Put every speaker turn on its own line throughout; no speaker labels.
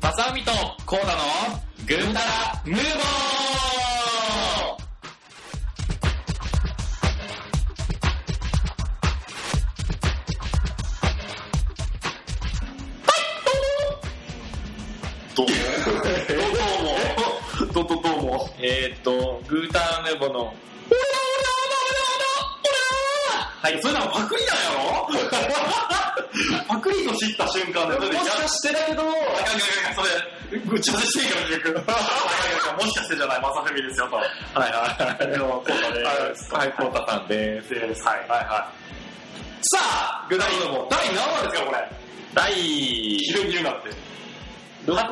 鏡とコーダのぐーたらムーボー
どうも。どうも。どどどうも。
えーっと、グータラヌーボーの、オラオラオラオラオラオラはい、
それならパクリなんやろパクリと知った瞬間で、
もしか
してだけど、あかんあかんあかんそれ、ぐちゃぐちゃしていいから、結局。あかんあかんもしかしてじゃない、まさふみですよ、と。はいはい。では、コータです。
はい、コータさんです。
です。はいはいはい。さあ、具体のも、第何話ですか、これ。
第
ひるみるなって。
68
68か。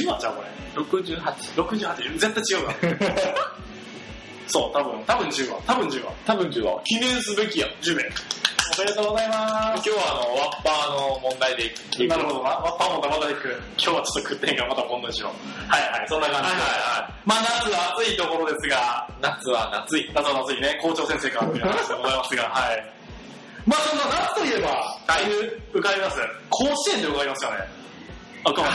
10話ちゃう、これ。
68。
68、絶対違うわ。そう、多分、多分10話。多分10話。
多分10は。
記念すべきや、10名。
おめでとうございま
今
す。
日はあの、ワッパー
今日の
の
問題で聞い
今のことな、ワッパーもまだ行く。今日はちょっと食ってへんからまた今度にしよう。はいはい、そんな感
はい
じで。
はい
まあ夏は暑いところですが、
夏は夏い。
夏は暑いね、校長先生からっていう話でございますが、はい。まあそんな夏といえば、だいぶ浮かびます。甲子園で浮かびますよね。あ、かも。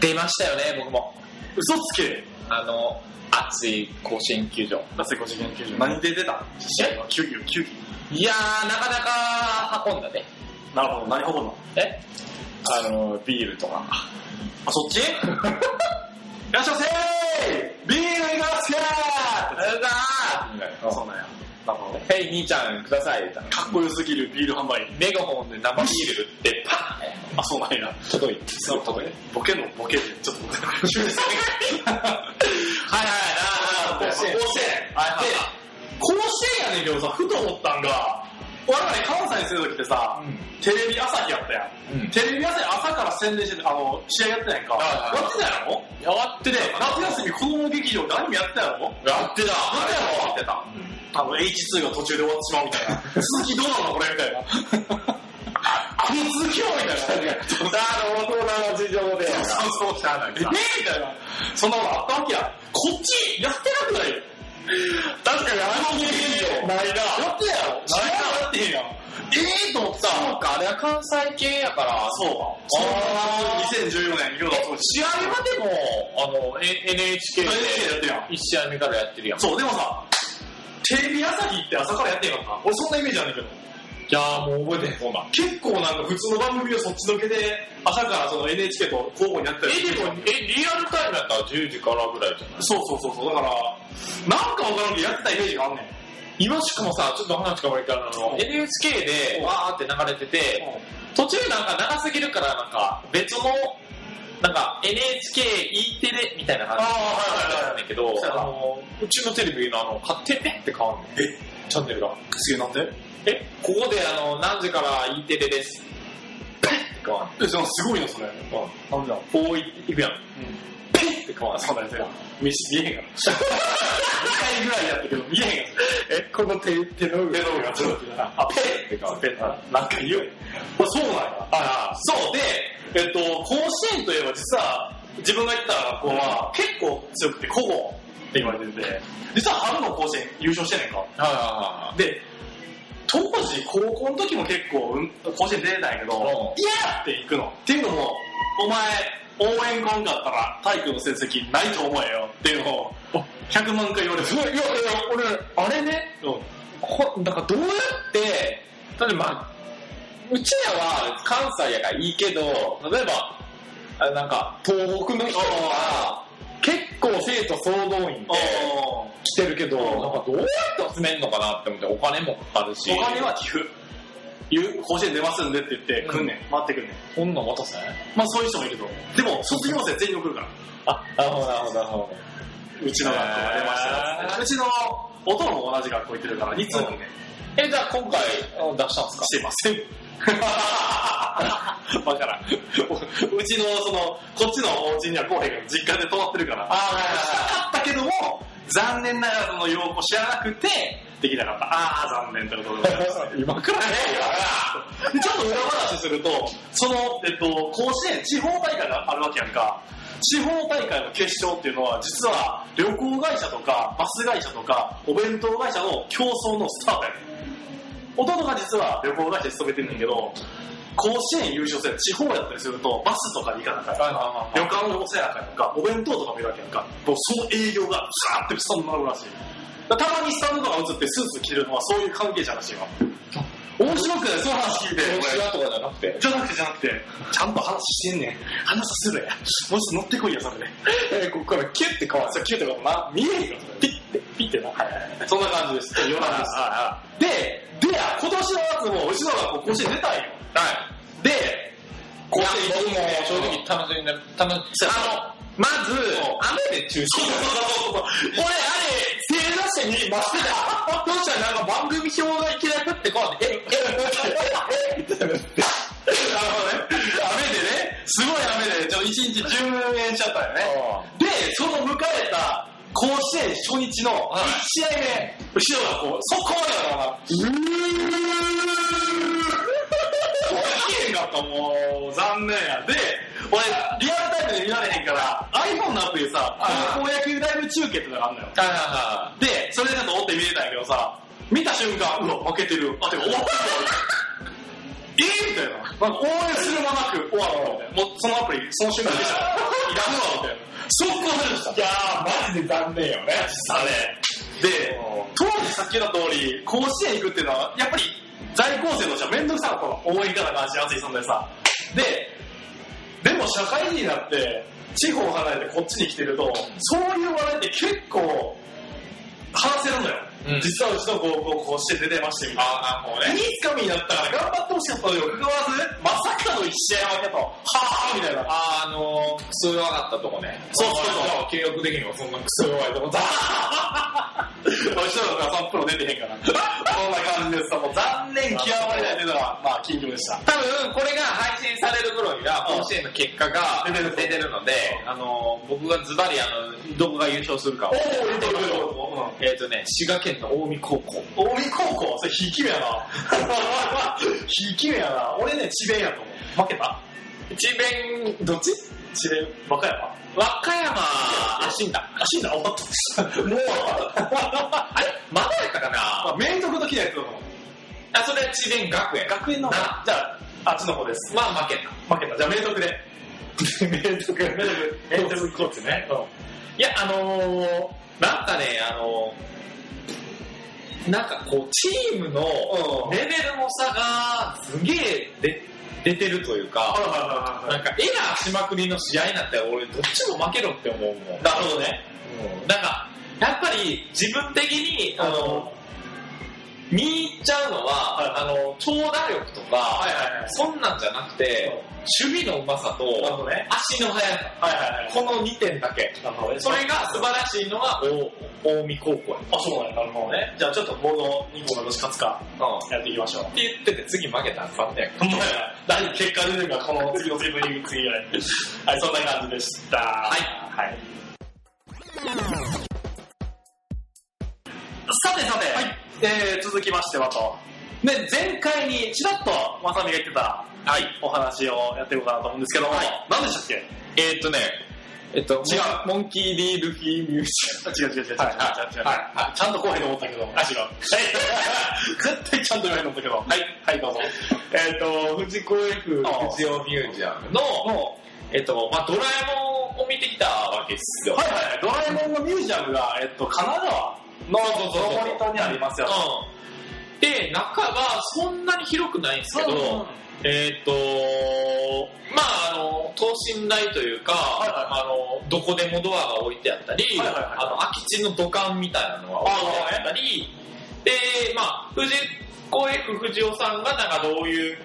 出ましたよね、僕も。
嘘つけ。
あの、暑い甲子園球場。
夏甲子園球場。何で出た試合は球技、球技。
いやー、なかなか運んだね。
なるほど、何ほぼの。
えあの、ビールとか。
あ、そっちいらっしゃいませービールいがます
う
か
ざ
そうなんや。なるほど。
ーヘイ、兄ちゃんください。
かっこよすぎるビール販売員。
メガホンで生ビール売って、パーン
あ、そうなんや。
届いて、すぐ届いて。
ボケのボケで、ちょっと、急に。 はいはい、なあなあ、甲子園。
はいはい
で、甲子園やねんけどさ、ふと思ったんが、我々関西にするときってさ、テレビ朝日やったやん。
うん
テレビ朝日朝から宣伝してて、あの、試合やってないんか。
はいはい
やってたやろ
やって
で、夏休み子供劇場でアニメやってたやろ
やってた。
やってたやろやってた。あの、H2 が途中で終わってしまうみたいな。続きどうなのこれみたいな。 あの続きはみたいな。
るほど、大人の事情で。
そうそう、しゃあない。えーみたいな。そんなことあったわけや。こっち、やってなくない確かに、あの芸人
ないな
や
な
ってたやろ。ない
いな
な。やってへんやん。えーと思ってた。
そうか、あれは関西系やから、
そうか。
あー
2014年、今日だそうです。
試合はでも、あの、え NHK で
NHK やってるやん
1試合目からやってるやん。
そう、でもさ、テレビ朝日って朝からやってへんかった。俺そんなイメージあるんだけど。
いやー、もう覚えてへん、そんなん。
結構なんか普通の番組をそっちのけで、朝からその NHK と交互にやってたり
え、でも、え、リアルタイムやったら10時からぐらいじゃない
そうそうそうそう、だから、なんかわからんけどやってたイメージがあんねん。
今しくもさ、ちょっと話変わるから、あ
う
の、
ん
NHK
う
で
ん
わーって流れてて、途中なんか長すぎるから、なんか別の、なんか NHKE テレみたいな感じ
あーはいはいはい
なんだけど、
そうやな
あの、うちのテレビのあの、勝手にペッて変わんの。
え
チャンネルが。
すげえなんで
え、ここであの、何時から E テレです。ペッて変わん
え、じゃあすごいな、それ。なん
の。
でだ
こういいくやん。ペッて変わんの。
そうだよ、それ。見見えへんから。2回ぐらいやったけど、見えへんから。
え、この手、手の
ペ
上。
ドロがちょっと。あ、ペッてか、ペッなんか言うよ。あそうなんや。
あ
そうで、えっと、甲子園といえば実は、自分が行った学校は結構強くて古豪って言われてて、実は春の甲子園優勝してんねんか。
あ。あ
で、当時、高校の時も結構、うん、甲子園出てたんやけど、
ん
いやって行くの。っていうのも、お前、応援来んかったら体育の成績ないと思えよっていうのを、100万回言われ
あ。
て
すごい、いやいや、俺、あれね、
うん。
ほなんかどうやって、例えば、まあ、うちらは関西やからいいけど、例えば、あなんか東北の人は、結構生徒総動員で
お
来てるけど、なんかどうやって集めんのかなって思って、お金もかかるし。
金は寄付。言う、甲子園出ますんでって言って、来んねん。待ってくんねん。
こんなん渡せない
まあそういう人もいると思う。でも、卒業生全員送るから。
あ、なるほど、なるほど、なるほど。
うちの学校が出ましたよ
へー
うちの、おとんも同じ学校行ってるから、2通もね、
え、じゃあ今回あの出したんですか
してません。わからん。うちの、その、こっちのお家には来おへんけど、実家で泊まってるから。あ
あ
ったけども、残念ながらその用語知らなくて、できなかった。ああ、残念ってことでございま す。
今からね
でちょっと裏話すると、その、えっと、甲子園、地方大会があるわけやんか。地方大会の決勝っていうのは、実は旅行会社とか、バス会社とか、お弁当会社の競争のスタートやねん。弟が実は旅行会社に勤めてんねんけど、甲子園優勝する地方やったりするとバスとかで行かなあかんやん
はいは
旅館のお世話やからとかお弁当とかもいるわけやんかもうその営業がずらーってスタンド並ぶらしいだからたまにスタンドとか映ってスーツ着てるのはそういう関係者らしいわ面白くないその話聞いて
とかじゃなくて。
じゃなくてじゃなくてちゃんと話してんねん話させろやもうちょっと乗ってこいやそれで
えここからキュッて変わ
そうキュートかもな見えへんからピッてピッてなそんな感じです夜なんですで、で、今年の夏も、うちの学校甲子園出たんよ。で、
こう
甲子
して
園
僕も正
行
直楽しみな、楽し
そう
あの、まず
うん、
雨で中止。
そうそうそうそう。
俺、あれ、正座してに真してた。どうしたらなんか番組表がいきなり降ってこうやって、え、え、え、え、みたいな。
なるほどね。雨でね、すごい雨で、ちょっと一日10円しちゃったよね。で、その迎えた甲子園初日の1
い
試合目、後ろがこう、そこまでだから、
うー ん。
起きへんかった、もう、残念や。で、俺、リアルタイムで見られへんから、iPhone のアプリでさ、
ああ
高校野球ライブ中継ってのがあんのよ。
はいは
で、それだと追って見れたんやけどさ、見た瞬間、うわ、負けてる。あ、てか終わったえーみたいな。なんか応援する間なく終わったみたいな。もうそのアプリ、その瞬間でした。いらんわ、みたいな。速攻されました。
いやー、マジで残念よね。
さね。で、当時さっき言った通り、甲子園行くっていうのは、やっぱり在校生としては面倒くさかったの。応援行かなあかんし、熱い存在さ。で、でも社会人になって、地方離れてこっちに来てると、そういう話題って結構、話せるのよ。
うん
実はうちの高校こうして出てましてみたいな。
あー、なるほど
い
ね。
いつかみになったから頑張ってほしかったのにもかかわらず、まさかの一試合負けと、はぁーみたいな。
あー、あのー、クソ弱かったとこね。。
そうそうそう
契約的にはそんなクソ弱いとこだ。
おいしそうだから3プロ出てへんから。そんな感じです。もう残念極まりないというのが、まあ、近況でした。
多分これが配信される頃には甲子園の結果が
うん
出てるので、あの僕がズバリあのどこが優勝するかを
おお、いいとこいい
え
とこ。
っ、とね滋賀県の近江高校
うん近江高校、それ、ひいき目やな。ひいき目やな。俺ね、智弁やと思う。負けた
智弁どっち
智弁、和歌山。
和歌山あ死ん だ
あ、死んだ、終わった。もう、
あれまだやったか
ま
な
あ、明徳の時のやつだと思う。
あそれは智弁学園
学園の、じ
な
ゃあ、あっちの方です。
まあ負け
負けた。じゃあ、明徳で。
た明徳
明徳、明徳コーチね。うん。
いやあのー、なんかねあのーなんかこうチームの
うん。
レベルの差がすげえで出てるというか、
はいはいは
な
い
んかエラーしまくりの試合になったら俺どっちも負けろって思うもん。
なるほどね。
なんか、やっぱり自分的に、あ
あ
の、
の、
見入っちゃうのは、
は
あの、長打力とか、
はいはいはい。
そんなんじゃなくて、守備のうまさ
なる
と、
ほどね。
足の速さ、
はいはいはい。
この2点だけ。
なるほどね
それが素晴らしいのは、お近江高校や。
あ、そうなんやなるほどね。じゃあちょっとボード2個がどっち勝つか
うん。
やっていきましょう。
って言ってて、次負けたら3点。
ほんまやな。大結果出てるから、この次の次の次の次ぐらい。はい、そんな感じでした。はいはい。さてさて、えー続きましてはと。ね、前回にちらっとまさみが言ってた、はい、お話をやっていこうかなと思うんですけども、
はい
何でしたっけ
えーっとね、えっと、
違う
モンキー・リー・ルフィー・ミュージアム。
違う違う違う違う違う違う。
はいはいは
ちゃんと後編と思ったけど。あ、違う。 絶対ちゃんと言わへんと思ったけど。はい。はい、どうぞ。
えっ、と、藤子 F 藤尾ミュージアムの、えっ、と、まあ、ドラえもんを見てきたわけですよ。
はいはい、ドラえもんのミュージアムが、えっと、神奈川
の、そうそう
の
そう
森島にありますよ。
うん。で、中がそんなに広くないんですけど、えっ、と、まあ、あの、等身大というか、
いはい
あの、どこでもドアが置いてあったり、
はいはいはい
あの、空き地の土管みたいなのが置いてあったり、で、まあ、藤子 F 不二雄さんがなんかどういう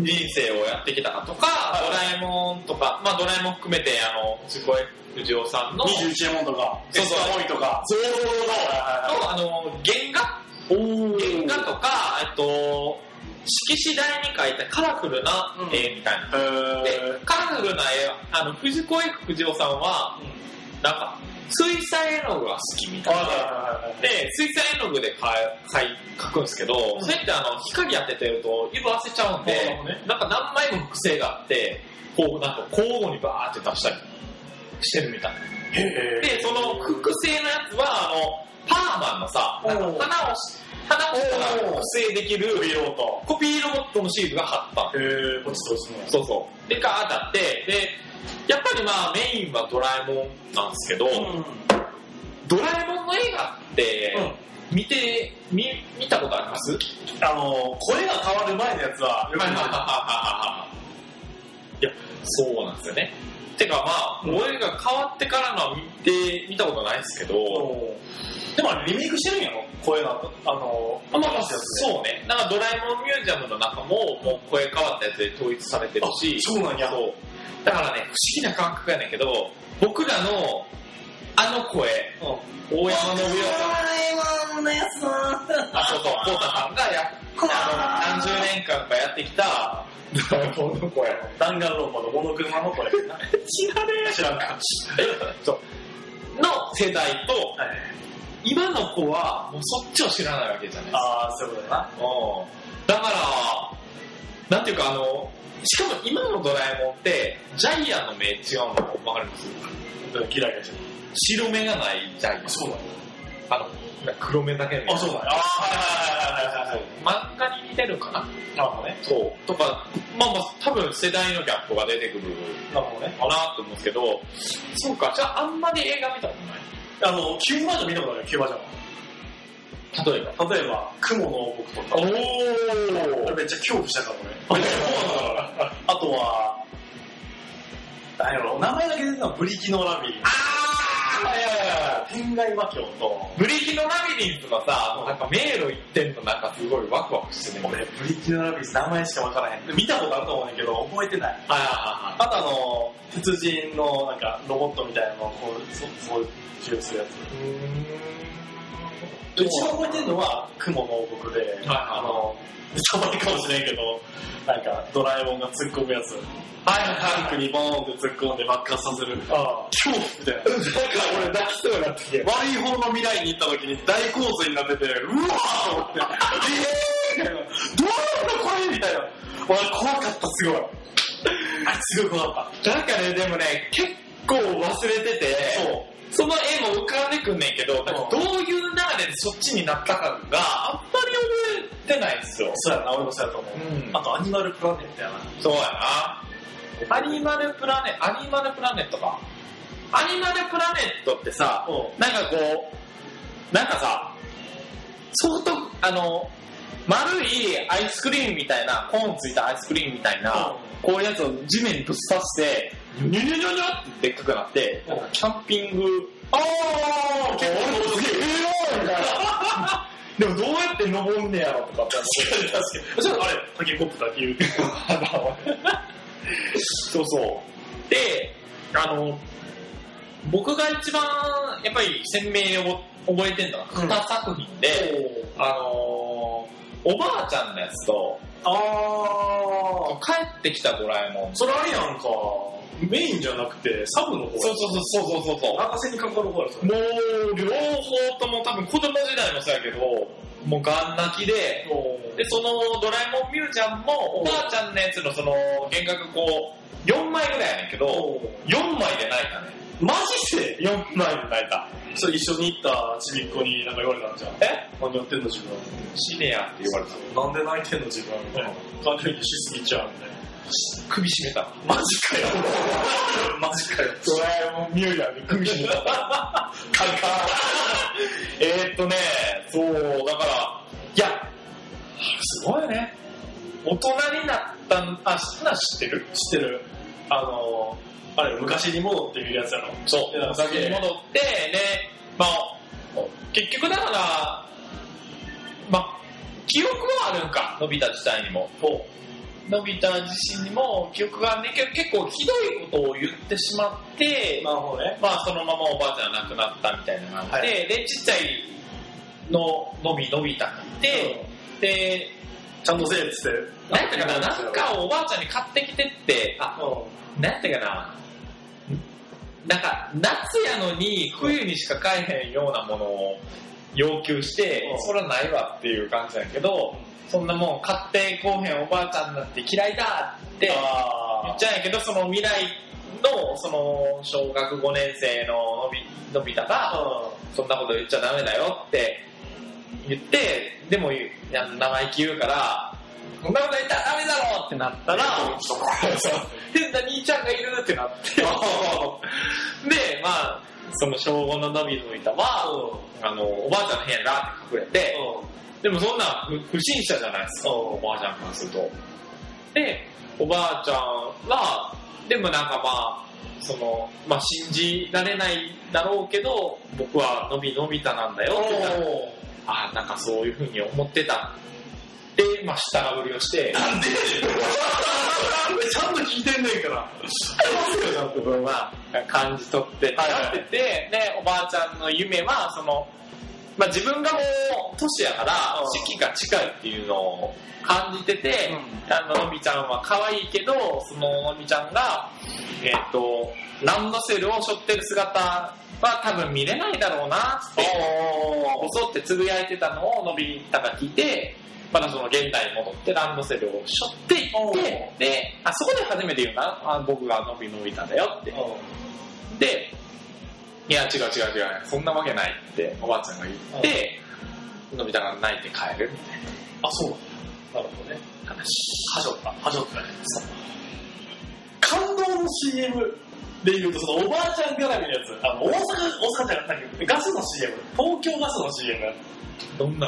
人生をやってきたかとか、ドラえもんとか、まあ、ドラえもん含めて、あの、藤子 F 不二雄さんの、
21円もんとか、エ
そう
ス
そう
パーボーイとか。
そうそうそうそうの、
は
あの、原画
いはいはい
原画とか、えっと、色紙台に描いたカラフルな
うん
絵みたいな。
えー
で、カラフルな絵は、あの、藤子 F 不二雄さんは、なんか、水彩絵の具が好きみたい
はい
な。
はいはいはい
で、水彩絵の具で描い描くんですけど、
うん
それってあの、光当ててると湯ばせちゃうんで
なるほどね、
なんか何枚も癖があって、こうなんか交互にバーって出したりしてるみたいな。
へー
で、その複製のやつは、あの、パーマンのさ、なんか
おう
花をただ
おー
が複製できる
コピーロボット
コピーロボットのシールが貼ったの
へえこっちとですね
そうそう。で、ガーってあって、で、やっぱりまあメインはドラえもんなんですけど、ドラえもんの映画って、見て、見、見たことあります
あの声が変わる前のやつはよく見た
いや、そうなんですよね。てかまあ、声が変わってからのは見て、見たことないですけど、
でもあれリメイクしてるんやろ声のあの
まあまあ、
新しいやつ
そうね。なんかドラえもんミュージアムの中も、もう声変わったやつで統一されてるし、
そうなんや
そう。だからね、不思議な感覚やねんけど、僕らの、あの声、
うん
大山信夫さん
ドラえもんのやつな
あ、そうそう、コウタさんがや、あの、何十年間かやってきた、ドラえもんの声。
弾丸ロボのモノクロマの声
知らね
知らんか
そう。の世代と、
はい
今の子は、もうそっちを知らないわけじゃないですか。
ああそういうことだな
うんだから、なんていうかあの、しかも今のドラえもんって、ジャイアンの目違うのわかります
嫌いがちゃ
白目がないジャイアン。
そうなん
あの、黒目だけの目
あそうなんやああはいはいはいはいはいはい
漫画に似てるかな
なるほどね
そう。とか、まあまあ、多分世代のギャップが出てくる
なるほどね
かなと思うんですけど、そうか、じゃああんまり映画見たこ
あのキューバージョン見たことあるよキューバージ
とない。例えば。
ョン例えば雲の王国とか
お
めっちゃ恐怖したかもね。あとは、何やろ、名前だけ出てたのブリキのラビリン。
あーいやいやいや
天外魔境と、
ブリキのラビリンとかさ、もうなんか迷路行ってんのなんかすごいワクワクしてね。
俺、ブリキのラビリン名前しかわからへん。見たことあると思うんだけど、覚えてない。
はいは
あとあの、鉄人のなんかロボットみたいなのをこう、そそう、授与するや
いはい。
つ。一番覚えてるのは、雲の王国で、あの、たまにかもしれんけど、なんかドラえもんが突っ込むやつ。
はい
タンクにボーンって突っ込んで爆発させる。
あ
恐怖みたいな。
なんか俺泣きそうになってきて。
悪い方の未来に行った時に大洪水になってて、うわーと思って、えーみたいな、どうなんだこれみたいな。俺怖かった、すごい。あれすごい怖かっ
なんかね、でもね、結構忘れてて、
た。そう。
その絵も浮かんでくんねんけど、なんかどういう流れでそっちになったかがあんまり覚えてないんですよ。
そうやな、俺もそうやと思う。
うん
あとアニマルプラネットやな。
そうやな。アニマルプラネット、アニマルプラネットか。アニマルプラネットってさ、
う
なんかこう、なんかさ、ソフト、あの、丸いアイスクリームみたいな、コーンついたアイスクリームみたいな、こういうやつを地面にぶっ刺して、ニュニュニュニュってでっかくなって、
うん
キャンピング、あー結構俺もすげえ、えーみたいな。 でもどうやって登んねやろとかって
確かに。ちょっとあれ、タケコプターって言うけど。
そうそう。で、あの、僕が一番、やっぱり鮮明に覚えてるのが
うん
2作品で、あのーおばあちゃんのやつと、
あ
帰ってきたドラえもん。
ー、それあれやんか。メインじゃなくて、サブの方
そうそうそうそうそうそう。
博士に関わる方やそれ。
もう、両方とも多分子供時代もそうやけど、もうガン泣きで、で、そのドラえもんミュージアムも、おばあちゃんのやつのその、幻覚こう、4枚ぐらいやねんけど、4枚で泣いたね。
マジで
4枚で泣いた。
それ一緒に行ったちびっ子になんか言われたんじゃん。
え
何やってんの自分
死ねやって言われた。
なんで泣いてんの自分みたいな。感情移入しすぎちゃうみたいな。
首絞めた。
マジかよ。マジかよ。
ドラえもんミュージアムに首絞めた。カンカン。えーっとね、そう、だから、いや、すごいね。大人になったん、あ、知って知ってる
知ってるあの、あれ、昔に戻って見るやつやろ。
そう
いや
お酒に戻って、ね、まあ、結局だから、まあ、記憶はあるんか、のび太自体にも。のび太自身にも記憶があんねんけど、結構ひどいことを言ってしまって、
なるほどね。
まあそのままおばあちゃん亡くなったみたいなのがあって、
は
で、ちっちゃいの、のびのびたくって、で、
ちゃんとせえっつって。
なんやったかな、なんかをおばあちゃんに買ってきてって、あ、
う
なんやったかな、なんか夏やのに冬にしか買えへんようなものを要求して、
うん
そらないわっていう感じなんやけど、そんなもん買ってこうへんおばあちゃんだって嫌いだって
ん。
言っ
あ
ちゃうんやけど、その未来の、その、小学5年生ののび、のび太が、
あ。
そんなこと言っちゃダメだよって言って、でも、いや生意気言うから、そんなこと言ったらダメだろってなったら、変な兄ちゃんがいるってなって、で、まあ、その小5の伸びの板は、あの、おばあちゃんの部屋にガーって隠れて、でもそんな不不審者じゃないですか、おばあちゃんからすると。で、おばあちゃんは、でもなんかまあ、その、まあ信じられないだろうけど、僕はのびのびたなんだよって言ったらああ、なんかそういうふうに思ってた。で、まあ下がぶりをして、
なんでちゃんと聞いてんねんから。
の部分は感じ取って
はいはい
なってて、でおばあちゃんの夢はその、まあ、自分がもう年やから
うん
時期が近いっていうのを感じてて、あののびちゃんは可愛いけどそののびちゃんが、えっとランドセルを背負ってる姿は多分見れないだろうなって
お
こそってつぶやいてたのをのび太が聞いてまたその現代に戻ってランドセルを背負って
お
いってであそこで初めて言うなあ僕がのびのび太だよってでいや違う違う違うそんなわけないっておばあちゃんが言ってのび太が泣いて帰るみたい
あ、そうなるほどね。
な話
はじょった。はじょったね。感動の CM で言うと、そのおばあちゃん絡みのやつ、あの、大阪、大阪じゃなくて、ガスの CM、東京ガスの CM。
どんな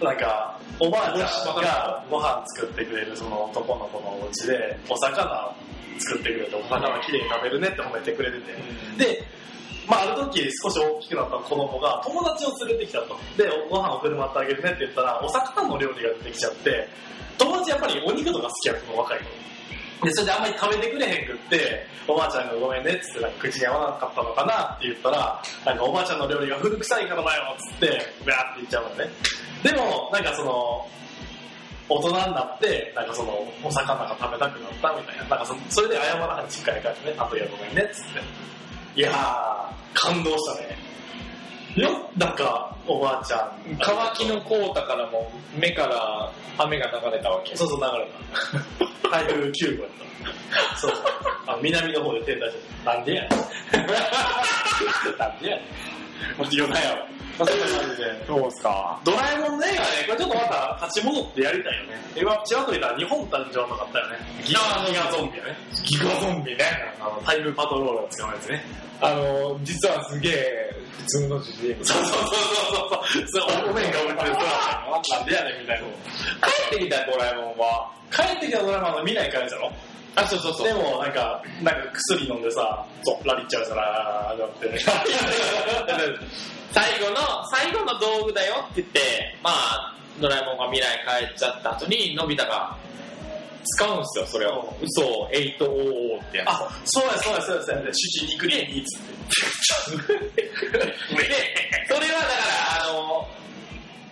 なんか、おばあちゃんがご飯作ってくれるその男の子のお家で、お魚作ってくれて、お魚きれいに食べるねって褒めてくれてて。
で
で、まあ、ある時少し大きくなった子供が友達を連れてきたと。で、ご飯を振る舞ってあげるねって言ったら、お魚の料理が出てきちゃって、友達やっぱりお肉とか好きやったの、若い子。で、それであんまり食べてくれへんくって、おばあちゃんがごめんねっつって、なんか口に合わなかったのかなって言ったら、なんかおばあちゃんの料理が古臭いからだよっつって、うわーって言っちゃうのね。でも、なんかその、大人になって、なんかその、お魚が食べたくなったみたいな。なんかそそれで謝らない実家に帰ってね、あとやるのにねっつって。いやー、感動したね。よ、なんか、おばあちゃん。
乾きのコータからも目から雨が流れたわけ
そうそう、流れ た。台風9号やった。そう。あ南の方で停滞してた。なんで やねん。なんでやねん。もう夜なよ。まあそんな感じで。
そうですか
ドラえもんの映画ね、これちょっとまた立ち戻ってやりたいよね。今、ちらっと見たら日本誕生とかあったよね。ギガギガゾンビやね。
ギガゾンビね
あの、タイムパトロールを捕まえてね。
あの実はすげえ普通の主人公
そうそう そうそう。そうお面がおめてるそうなんでやねんみたいな。
帰ってきたドラえもんは
帰ってきたドラマの未来からじゃろ
あそうそうそう
でもなんか、なんか薬飲んでさ、そう、ラリっちゃうから、だ って。
最後の、最後の道具だよって言って、まあ、ドラえもんが未来帰っちゃった後に、のび太が使うんですよ、それを。嘘を800ってやつを。
あ、そうやそうやそうやそうや。で、主人肉にいいっつって。
で、それはだから、あの、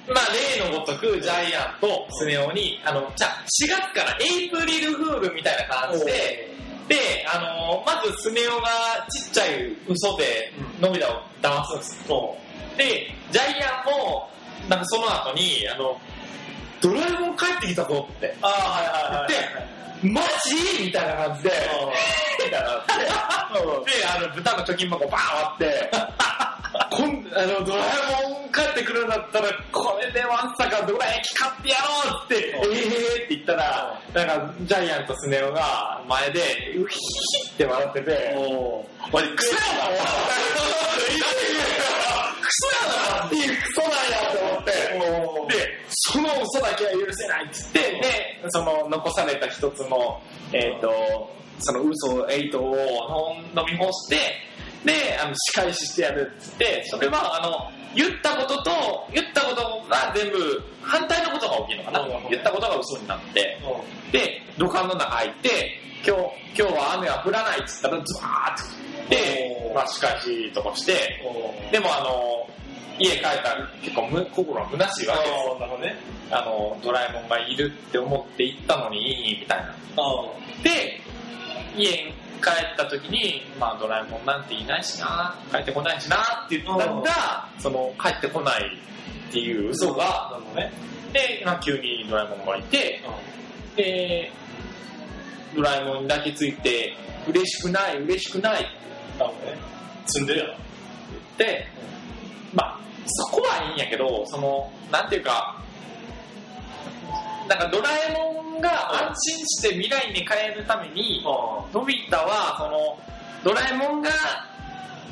まあ、例のごとく、ジャイアンとスネ夫に、あの、じゃあ4月からエイプリルフールみたいな感じで、で、あの、まずスネ夫がちっちゃい嘘で、のび太を騙すんですよ
そ
で、ジャイアンも、なんかその後に、あの、ドラえもん帰ってきたぞって、
う。ああ、はいはいはい。
マジみたいな感じで、みたいな感じで、であの、豚の貯金箱バーン割 って、こんあのドラえもん帰ってくるんだったら、これでわんさかドラ焼き買ってやろうって、
うん
えーって言ったら、なんかジャイアンとスネ夫が前で、ウヒヒって笑ってて、
おー。マジ、クソやな、
クソやなっていうクソなんやと思って、
お前。で、
で、その嘘だけは許せないっつって、で、その残された一つの、えっ、と、その嘘8を飲み干して、で、あの、仕返ししてやるっつって、それは、あの、言ったことと、言ったことが全部反対のことが大きいのかな
なるほど。
言ったことが嘘になって、
お
で、土管の中入って、今日、今日は雨は降らないっつったら、ズワーッと降って
お、ー
まあ、仕返しとかして、
ー。で、
でもあの、家帰ったら結構む心は虚しいわけです。
おー、なるほどね。
あの、ドラえもんがいるって思って行ったのに、みたいな。
お
で、家に帰った時に、まあドラえもんなんていないしな、帰ってこないしなって言った
うん
ら、その帰ってこないっていう嘘
な
が、
るほどね。
で、まあ、急にドラえもんがいて、で、ドラえもんに抱きついて、嬉しくない、嬉しくない
なるほどね。積んでるやろ。
で、まあ、そこはいいんやけど、その、なんていうか、なんかドラえもんが安心して未来に変えるために、
あ
のび太は、その、ドラえもんが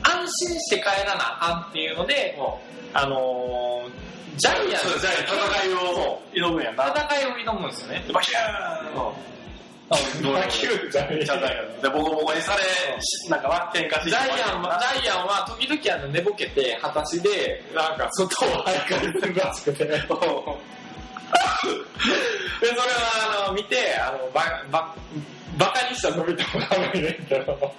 安心して帰らなあかんっていうので、あのージャイアン
あそう
ツ
じゃあ戦いを挑むんやな
戦いを挑むんですよね。
バキューンうん
野球じゃねえ
じゃあだからでボコボコにされ、なんかな、喧嘩して
ジャイアンは、ジャイアンは時々あの寝ぼけて、裸足で、なんか外を徘徊するらしくて。で、それは あの、見て、あの、ば、ば、バカにしたのび太もダメね、み たいな。で、今、こ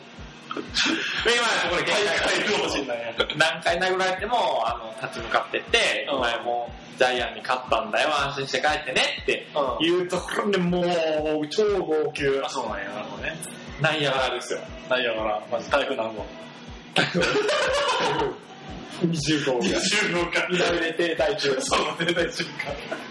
れ、現
大会老人なんや。
何回殴られても、あの、立ち向かってって、
うん
お前もジャイアンに勝ったんだよ、安心して帰ってねって
うん
いうところでもう、超号泣。
あ、そうなんや、なるほどね。
なんやらですよ。
なんやから、まず台風何号
20号が。
?20 号か。
南で停滞中。
そうだね、大丈夫か。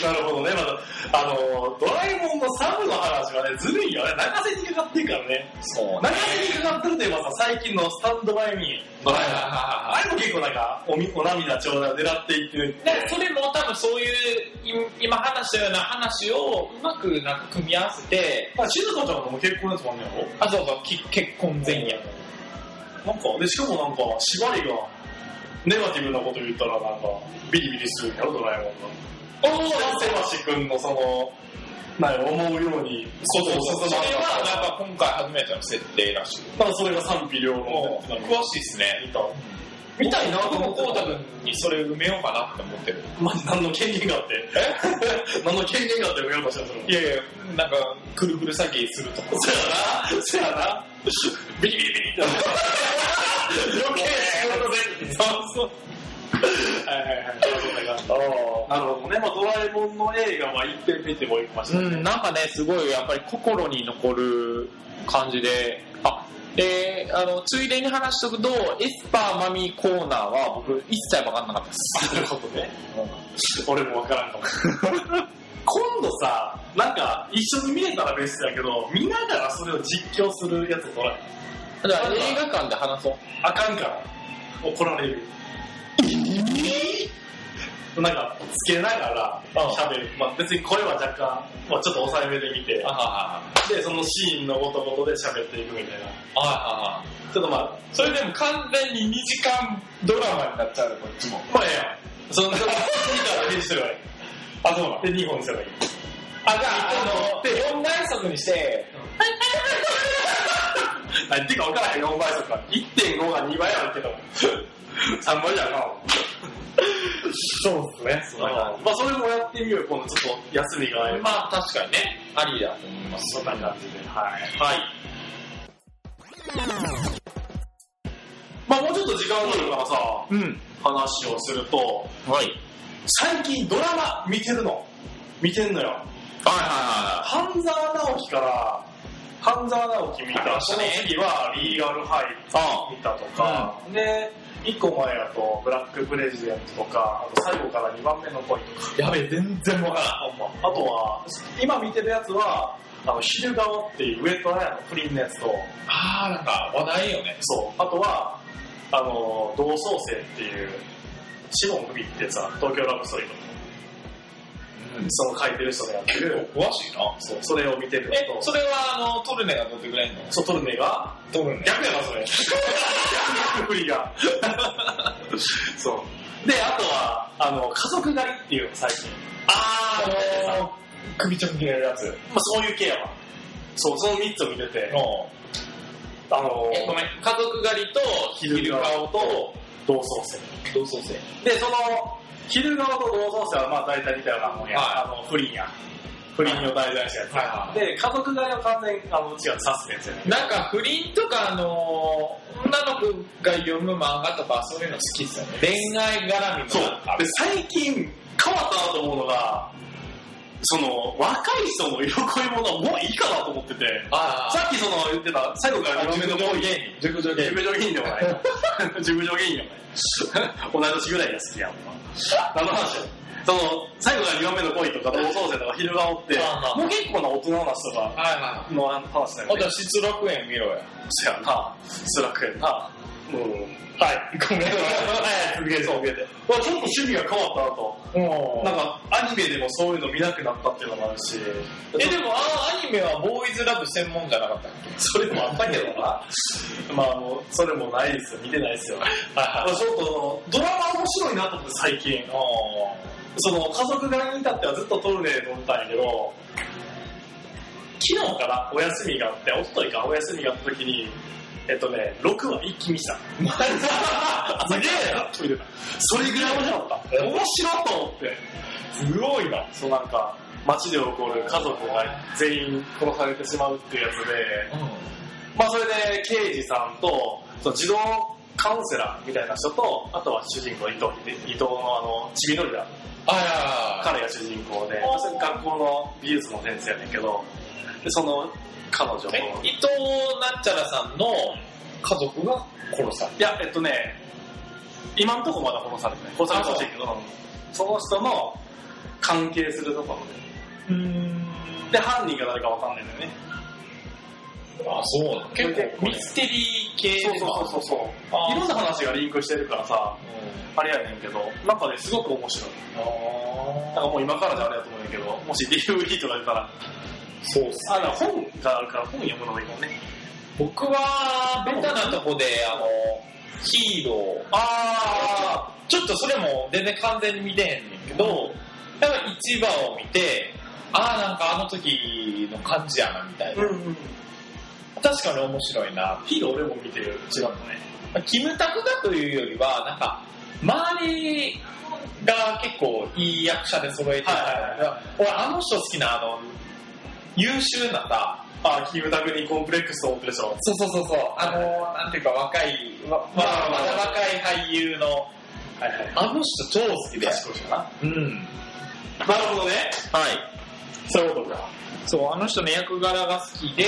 なるほどね、まだ、あの、ドラえもんのサブの話はね、ずるいよね。泣かせにかかってるからね。
そう
泣かせにかかってるといえばさ、最近のスタンドバイミードラえもん。あれも結構なんか、おみお涙ちょうだい狙っていってるって
だからそれも多分そういうい今話したような話をうまくなんか組み合わせて
まあ、静香ちゃんとも結婚ですもんねやろ
あそうそうき結婚前夜
なんか、で、しかもなんか、縛りが、ネガティブなこと言ったらなんか、ビリビリするんやろ、ドラえもんが。
おお
そうセバシ君のその、なんや思うように、
そうそう
外
そ
を
う
進
それ
まなかった
はなんか今回初めての設定らしい
まあ、それが賛否両論
も
って
う
なる
詳しいっすね
見た見たいなと
僕
思
も
って
こうた君にそれ埋めようかなって思ってる
まあ、何の権限があって 何の権限があって見ようとしたんだろう
いやいやなんかくるくる詐欺するとか
そやなそやなビリビリビリって余計仕事でそうそうはい はいはいなるほどね、まあ、ドラえもんの映画は一遍見てもいきました
う
ね、
ん、なんかね、すごいやっぱり心に残る感じで、あ、で、あの、ついでに話しとくと、エスパーマミーコーナーは僕一切わかんなかったです。
なるほどね 俺もわからんかも今度さなんか一緒に見れたら別だけど見ながらそれを実況するやつ撮らない
だから映画館で話そう。
あかんから怒ら れるなんかつけながら
うん
喋る、まあ、別に声は若干、まあ、ちょっと抑えめで見て
あ
でそのシーンのごとごとで喋っていくみたいな
あ、ああ、
ちょっとまあ
それでも完全に2時間ドラマになっちゃうこっちも。
まあええやんそん な見たら編集すればいいあそうなので2本にすればいい
あ、じゃあ、あの、で、4倍速にして、
何てか分からへん4倍速か1.5が2倍あるけど3倍じゃあかんわ
そうっすね。
そうまあそれもやってみよう今度ちょっと休みがあれば
まあ、確かにね、ありだと思います。
そんな感じではい
はい。
まあもうちょっと時間があるからさ
うん。
話をすると
はい。はい
最近ドラマ見てるの見てんのよ
は
半沢直樹から半沢直樹見た
見まし
そ
た
の
ね
次はリーガルハイ
いはい。
見たとか、で1個前だとブラックプレジデントとかあと最後から2番目の恋とか
うん。やべえ、全然わからん。
ほんまあとは今見てるやつはあの昼顔っていう上戸彩の不倫のやつと
あー、なんか話題よね。
そうあとはあの同窓生っていうシモン・グビってやつは東京ラブストーリーのその書いてる人がやってる
詳しいな。
そうそれを見てるの
え、
と
それはあの、トルネがどってくれんの
そうトルネが
トルネ。
逆やなそれ逆不利が そうであとはあの家族狩りっていうの最近、
あ
ーあ
の首ちょん切れるやつ。
まあ、そういう系やわそうその3つを見てて
の、
あの
え、ごめん、家族狩りと昼顔と
同窓生
同窓生。
でその昼顔と同窓生はまあ大体似たようなもんや、
は
あの不倫や不倫を題材にしたやつ、
はいはいはい
で家族狩りは完全にあのうちがサスペンスやね
なんか不倫とかあのー、女の子が読む漫画とかそういうの好きっすよね。恋愛絡みの。
そう
あ
で最近変わったなと思うのがその若い人の色恋ものはもういいかなと思ってて
あー。
さっきその言ってた、最後から夢の上芸人。
熟女芸人。
夢の芸人でもない。 夢の芸人でもない。同い 年ぐらいが好きやん。何の話やその、最後から2番目の恋とか、同窓生とか、昼顔って
まあま、あ
もう結構な大人な人が、
はいは
の話だ
い。
よ
ほ
ね。
と失楽園見ろや。
そやな、辛くやな。うん。はい、ごめん。はい、受けて受けてうわちょっと趣味が変わったなと
うん
なんかアニメでもそういうの見なくなったっていうのもあるし
え、でも、あのアニメはボーイズラブ専門じゃなかったっけ
それもあったけど なまあもうそれもないですよ見てないですよまあちょっとドラマ面白いなと思って最近その家族側に至ってはずっとトルネー飲んだんやけど昨日からお休みがあっておとといかお休みがあった時にえっとね6話一気にしたすげえな見てた それぐらい面白かった面白いと思ってすごいなそうなんか街で起こる家族が全員殺されてしまうっていうやつでまあそれで刑事さんとその児童カウンセラーみたいな人とあとは主人公伊藤って伊藤のあのちびのりだ
あ
彼が主人公でそれ学校の美術の先生やねんけどでその彼女も
え、伊藤なんちゃらさんの家族が殺され
いやえっとね今んとこまだ殺されてない殺されてほしいけどその人の関係するところ
た。うん。
で犯人が誰かわかんないんだよね
あ、そうなの結
結構
構
ね
ミステリー系
そう
とか。
そうそうそう
あー
いろんな話がリンクしてるからさあれやねんけどなんかねすごく面白い
うん
なんかもう今からじゃあれやと思うんだけど、もし DVD とか出たら、
そうっす
あの本があるから本読むのがいいもんね。
僕は、ベタなとこで、あの、ヒーロー。
あ
ちょっとそれも全然完全に見てへんねんけど、やっぱ一話を見て、ああ、なんかあの時の感じやな、みたいな。
んうん。
確かに面白いな。
ヒーロー俺も見てる、ちらっとね。
まあキムタクだというよりは、なんか、周りが結構いい役者で揃えてるから、
はい
俺あの人好きな、あの、優秀なさ、
あーキムタクにコンプレックスと思ってるでしょ。
そうそうそうそう、あの、なんていうか若い、わわまだ
まあ
若い俳優の、
はいはい。
あの人超好きで。
賢いしな。
うん。
なるほどね。
はい。
そういうことか。
そう、あの人の役柄が好きで、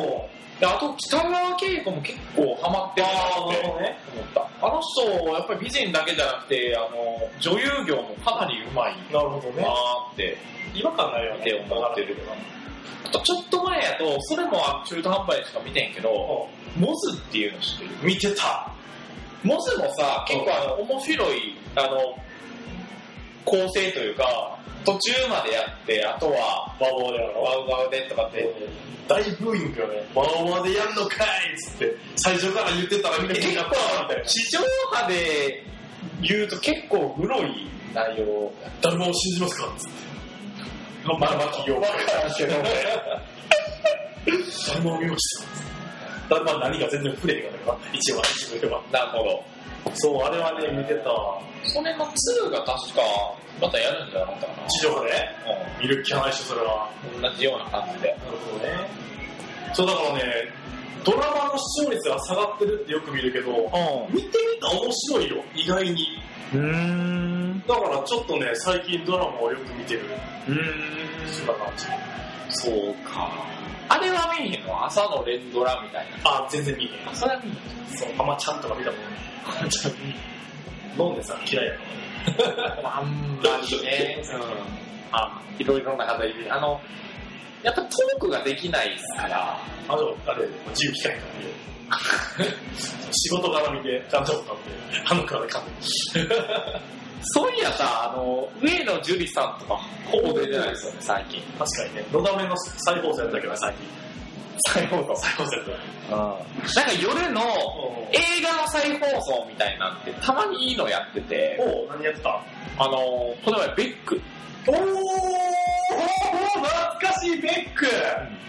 おー
であと北川景子も結構ハマってる
あー、なる
なっ
ほどね。
て思った。あの人、やっぱり美人だけじゃなくて、あの、女優業もかなりうまい
なるほど
な
ね。
ーって。
違和感ないよね。
って思ってるあとちょっと前やと、それも中途半端にしか見てんけど、
お
モズっていうの知ってる
見てた。
モズもさ、結構あの、面白い、あの、構成というか、途中までやって、あとは、
バボーでやろ。
ワウワウでとかって、
大ブーイングよね。バボーでやるのかいっつって、最初から言ってたらみんな
結
気になったなみたいな
構、地上波で言うと結構グロい内容やっ
誰も信じますかつって。まあまあ企業
たけど、
誰も見ました。だまあ何が全然プレイがなかった。一話、一話では。
なるほど。
そう、あれはね、見てたわ。
それの2が確か、またやるんじゃなかったかな。
地上波で見る気はないし、それは。
うん、同じような感じで。
なるほどね。そう、だからね、ドラマの視聴率が下がってるってよく見るけど、
う
見てみたら面白いよ、意外に。
ん。うん。
だからちょっとね、最近ドラマをよく見てる。
うん。
そんな感じ。
そうか。あれは見えへんの朝の連ドラみたいな。
あ、全然見えへん。
それは見えへん。
そう、あんまちゃんとか見たことない。飲んでさ、嫌いやから。
あんまりね。うん。まあ、いろいろな方いる。あの、やっぱトークができないですから。
あと、あれ、自由機会から見て。 仕事から見て、ちゃんと買って、あのから買って。
そういやさ、あの、上野樹里さんとか、ほぼ出てないですよね、最近。
確かにね、のだめの最高戦だけどね、最近。
再放送。
最高戦だよ。
うん。なんか夜の
え
映画の再放送みたいなんて、たまにいいのやってて、
おお何やってた
あの、この前ベック。
おお懐かしいベック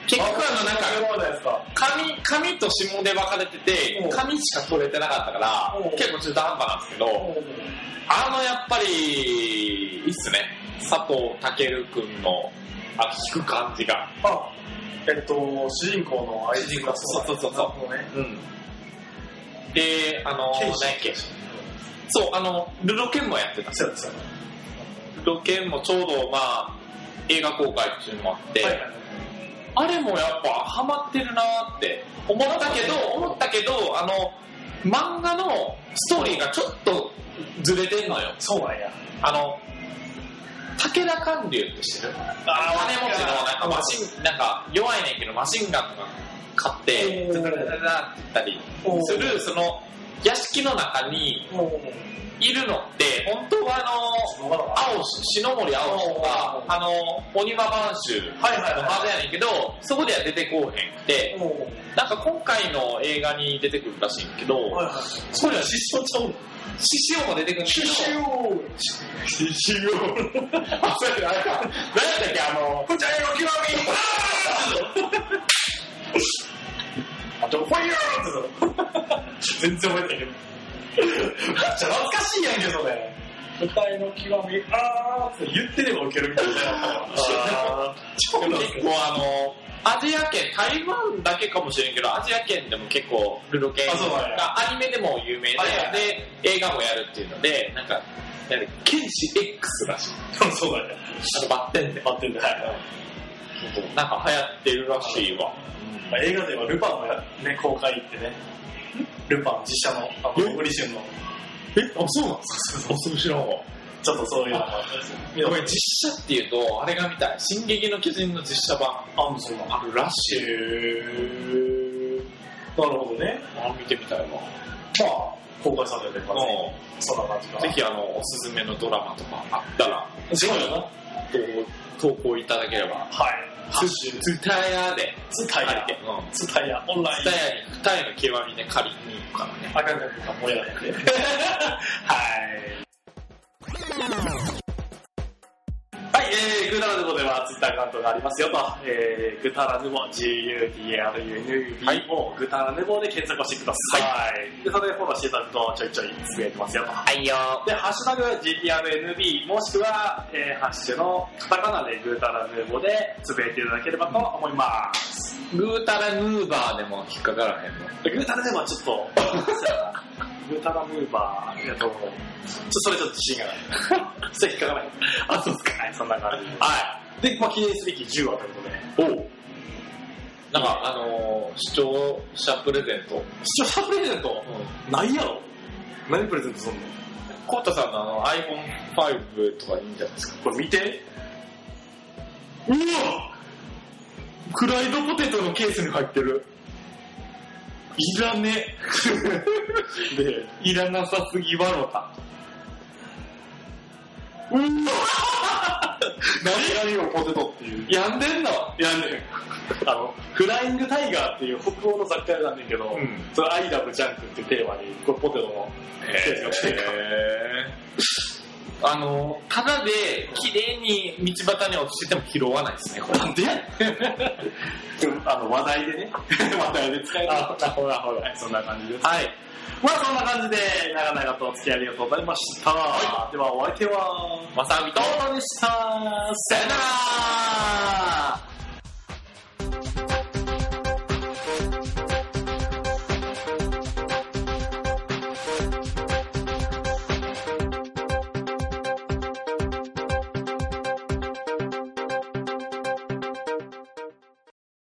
結局あの、なんか、
そうじゃないですか。
髪、髪と下で分かれて
う
て
ん、
髪しか取れてなかったか
うん
ら、結構中途半端なんですけど、あのやっぱり、いいっすね。佐藤健くんの、あ、引く感じが。
あ、えっと、主人公の愛人が
そうそうそうそう
う。ね。
うん。で、あの、
ケイシー
何やっけそう、あの、ルロケンもやってた。
そうですよね。
ルロケンもちょうど、まあ、映画公開っていうのもあって、
はいはいはい
あれもやっぱハマってるなーって思ったけど、思ったけど、あの、漫画のストーリーがちょっとずれてんのよ。
そうなんや。
あの、武田官流って知ってるお
あ
金持ちのなんかマシン、なんか弱いねんけどマシンガンとか買って、
うん
ズダズダズダって言ったりする、その、屋敷の中に
もう、
いるのって、本当はあの、
のがは
青し、篠森青しとか、あの、鬼魔番衆の
いはい
はず
は
やねんけど、そこでは出てこうへんく
い。
て、
もう、
なんか今回の映画に出てくるらしいんけど、
はいはい。それは失踪ちゃうの
獅子王も出てくるんけど、
を
獅子王。あ、そうやなんか、なんやったっけ、あの、
こちらへの極 みあどこいよって全然覚えてないけど。めっちゃ懐かしいやんけ、それ。歌いの極み、あーって言ってればウケるみたいな。超懐かし
結
い
構あの、アジア圏、台湾だけかもしれんけど、アジア圏でも結構、ルロケン
あそうなんや
がアニメでも有名で、
はいはい
で、映画もやるっていうので、なんか、なんか剣士 X らしい。
そうだね。
あの、バッテンで。
待ってんだよ。
なんか流行ってるらしいわ。
まあ、映画ではルパンもや、ね、公開行ってね。ルパン実写の、あの、オリジンの、
え、あ、そうなんです かそう知らんわ。
ちょっとそういうのもあ
いやごめん、実写っていうと、あれが見たい。進撃の巨人の実写版
あんそうなの。
あるらしい。
へーなるほどね。
あ、見てみたいわ。
まあ、公開されてるからね。そんな感じか
うん
な。
ぜひあの、おすすめのドラマとかあったら、
ひ、そうよな。はい。
投稿いただければ。
ハッシュ
ツタヤで
ツタ
借
ヤ
り。て、うん、
ツタヤ、オンライ
ツ
ン
タ。ヤに二重の極みで借りに行くからね。
あかんかんかん、もうやらへんで。はい。はい、えー、グータラヌボではツイッターアカウントがありますよと、えー、グータラヌボ、GUTRUNUBO、
はい
グータラヌボで検索をしてください。はい。で、それでフォローしていただくとちょいちょいつぶやいてますよと。
はいよ
で、ハッシュタグ GTRNB もしくは、えーハッシュのカタカナでグータラヌーボでつぶやいていただければと思います。
グータラヌーバーでも引っかからへんの。
でグータラヌーボはちょっと、グータラヌーバー、えっと、ちょっとそれちょっと自信がない。それ引っかからない。あ、そうですか。はい、そんな感じで。はい。で、まあ、記念すべき10話ということで、
おなんか、あのー視聴者プレゼント。
視聴者プレゼント、ないやろ。何プレゼントすんの
コウタさんのあの iPhone5 とかいいんじゃないですか。
これ見て。うわ
フライドポテトのケースに入ってる。いらね。
で、
いらなさすぎわろた。
うわ何がよ、ポテトっていう。
やんでんの
いやね、あの、フライングタイガーっていう北欧の雑貨屋なんだけど、
うん
それ、アイラブジャンクっていうテーマに、これポテトのケースが来てるから、
あの、ただで綺麗に道端に落ちてても拾わないですね、これ。
なん でやねんあの、話題でね、 話題で使える。
あ
なるほど、なるほど。そんな感じです。はい。まあ、そんな感じで、長々とお付き合いありがとうございました。では、お相手は、
まさみと、
どうもでした。
さよなら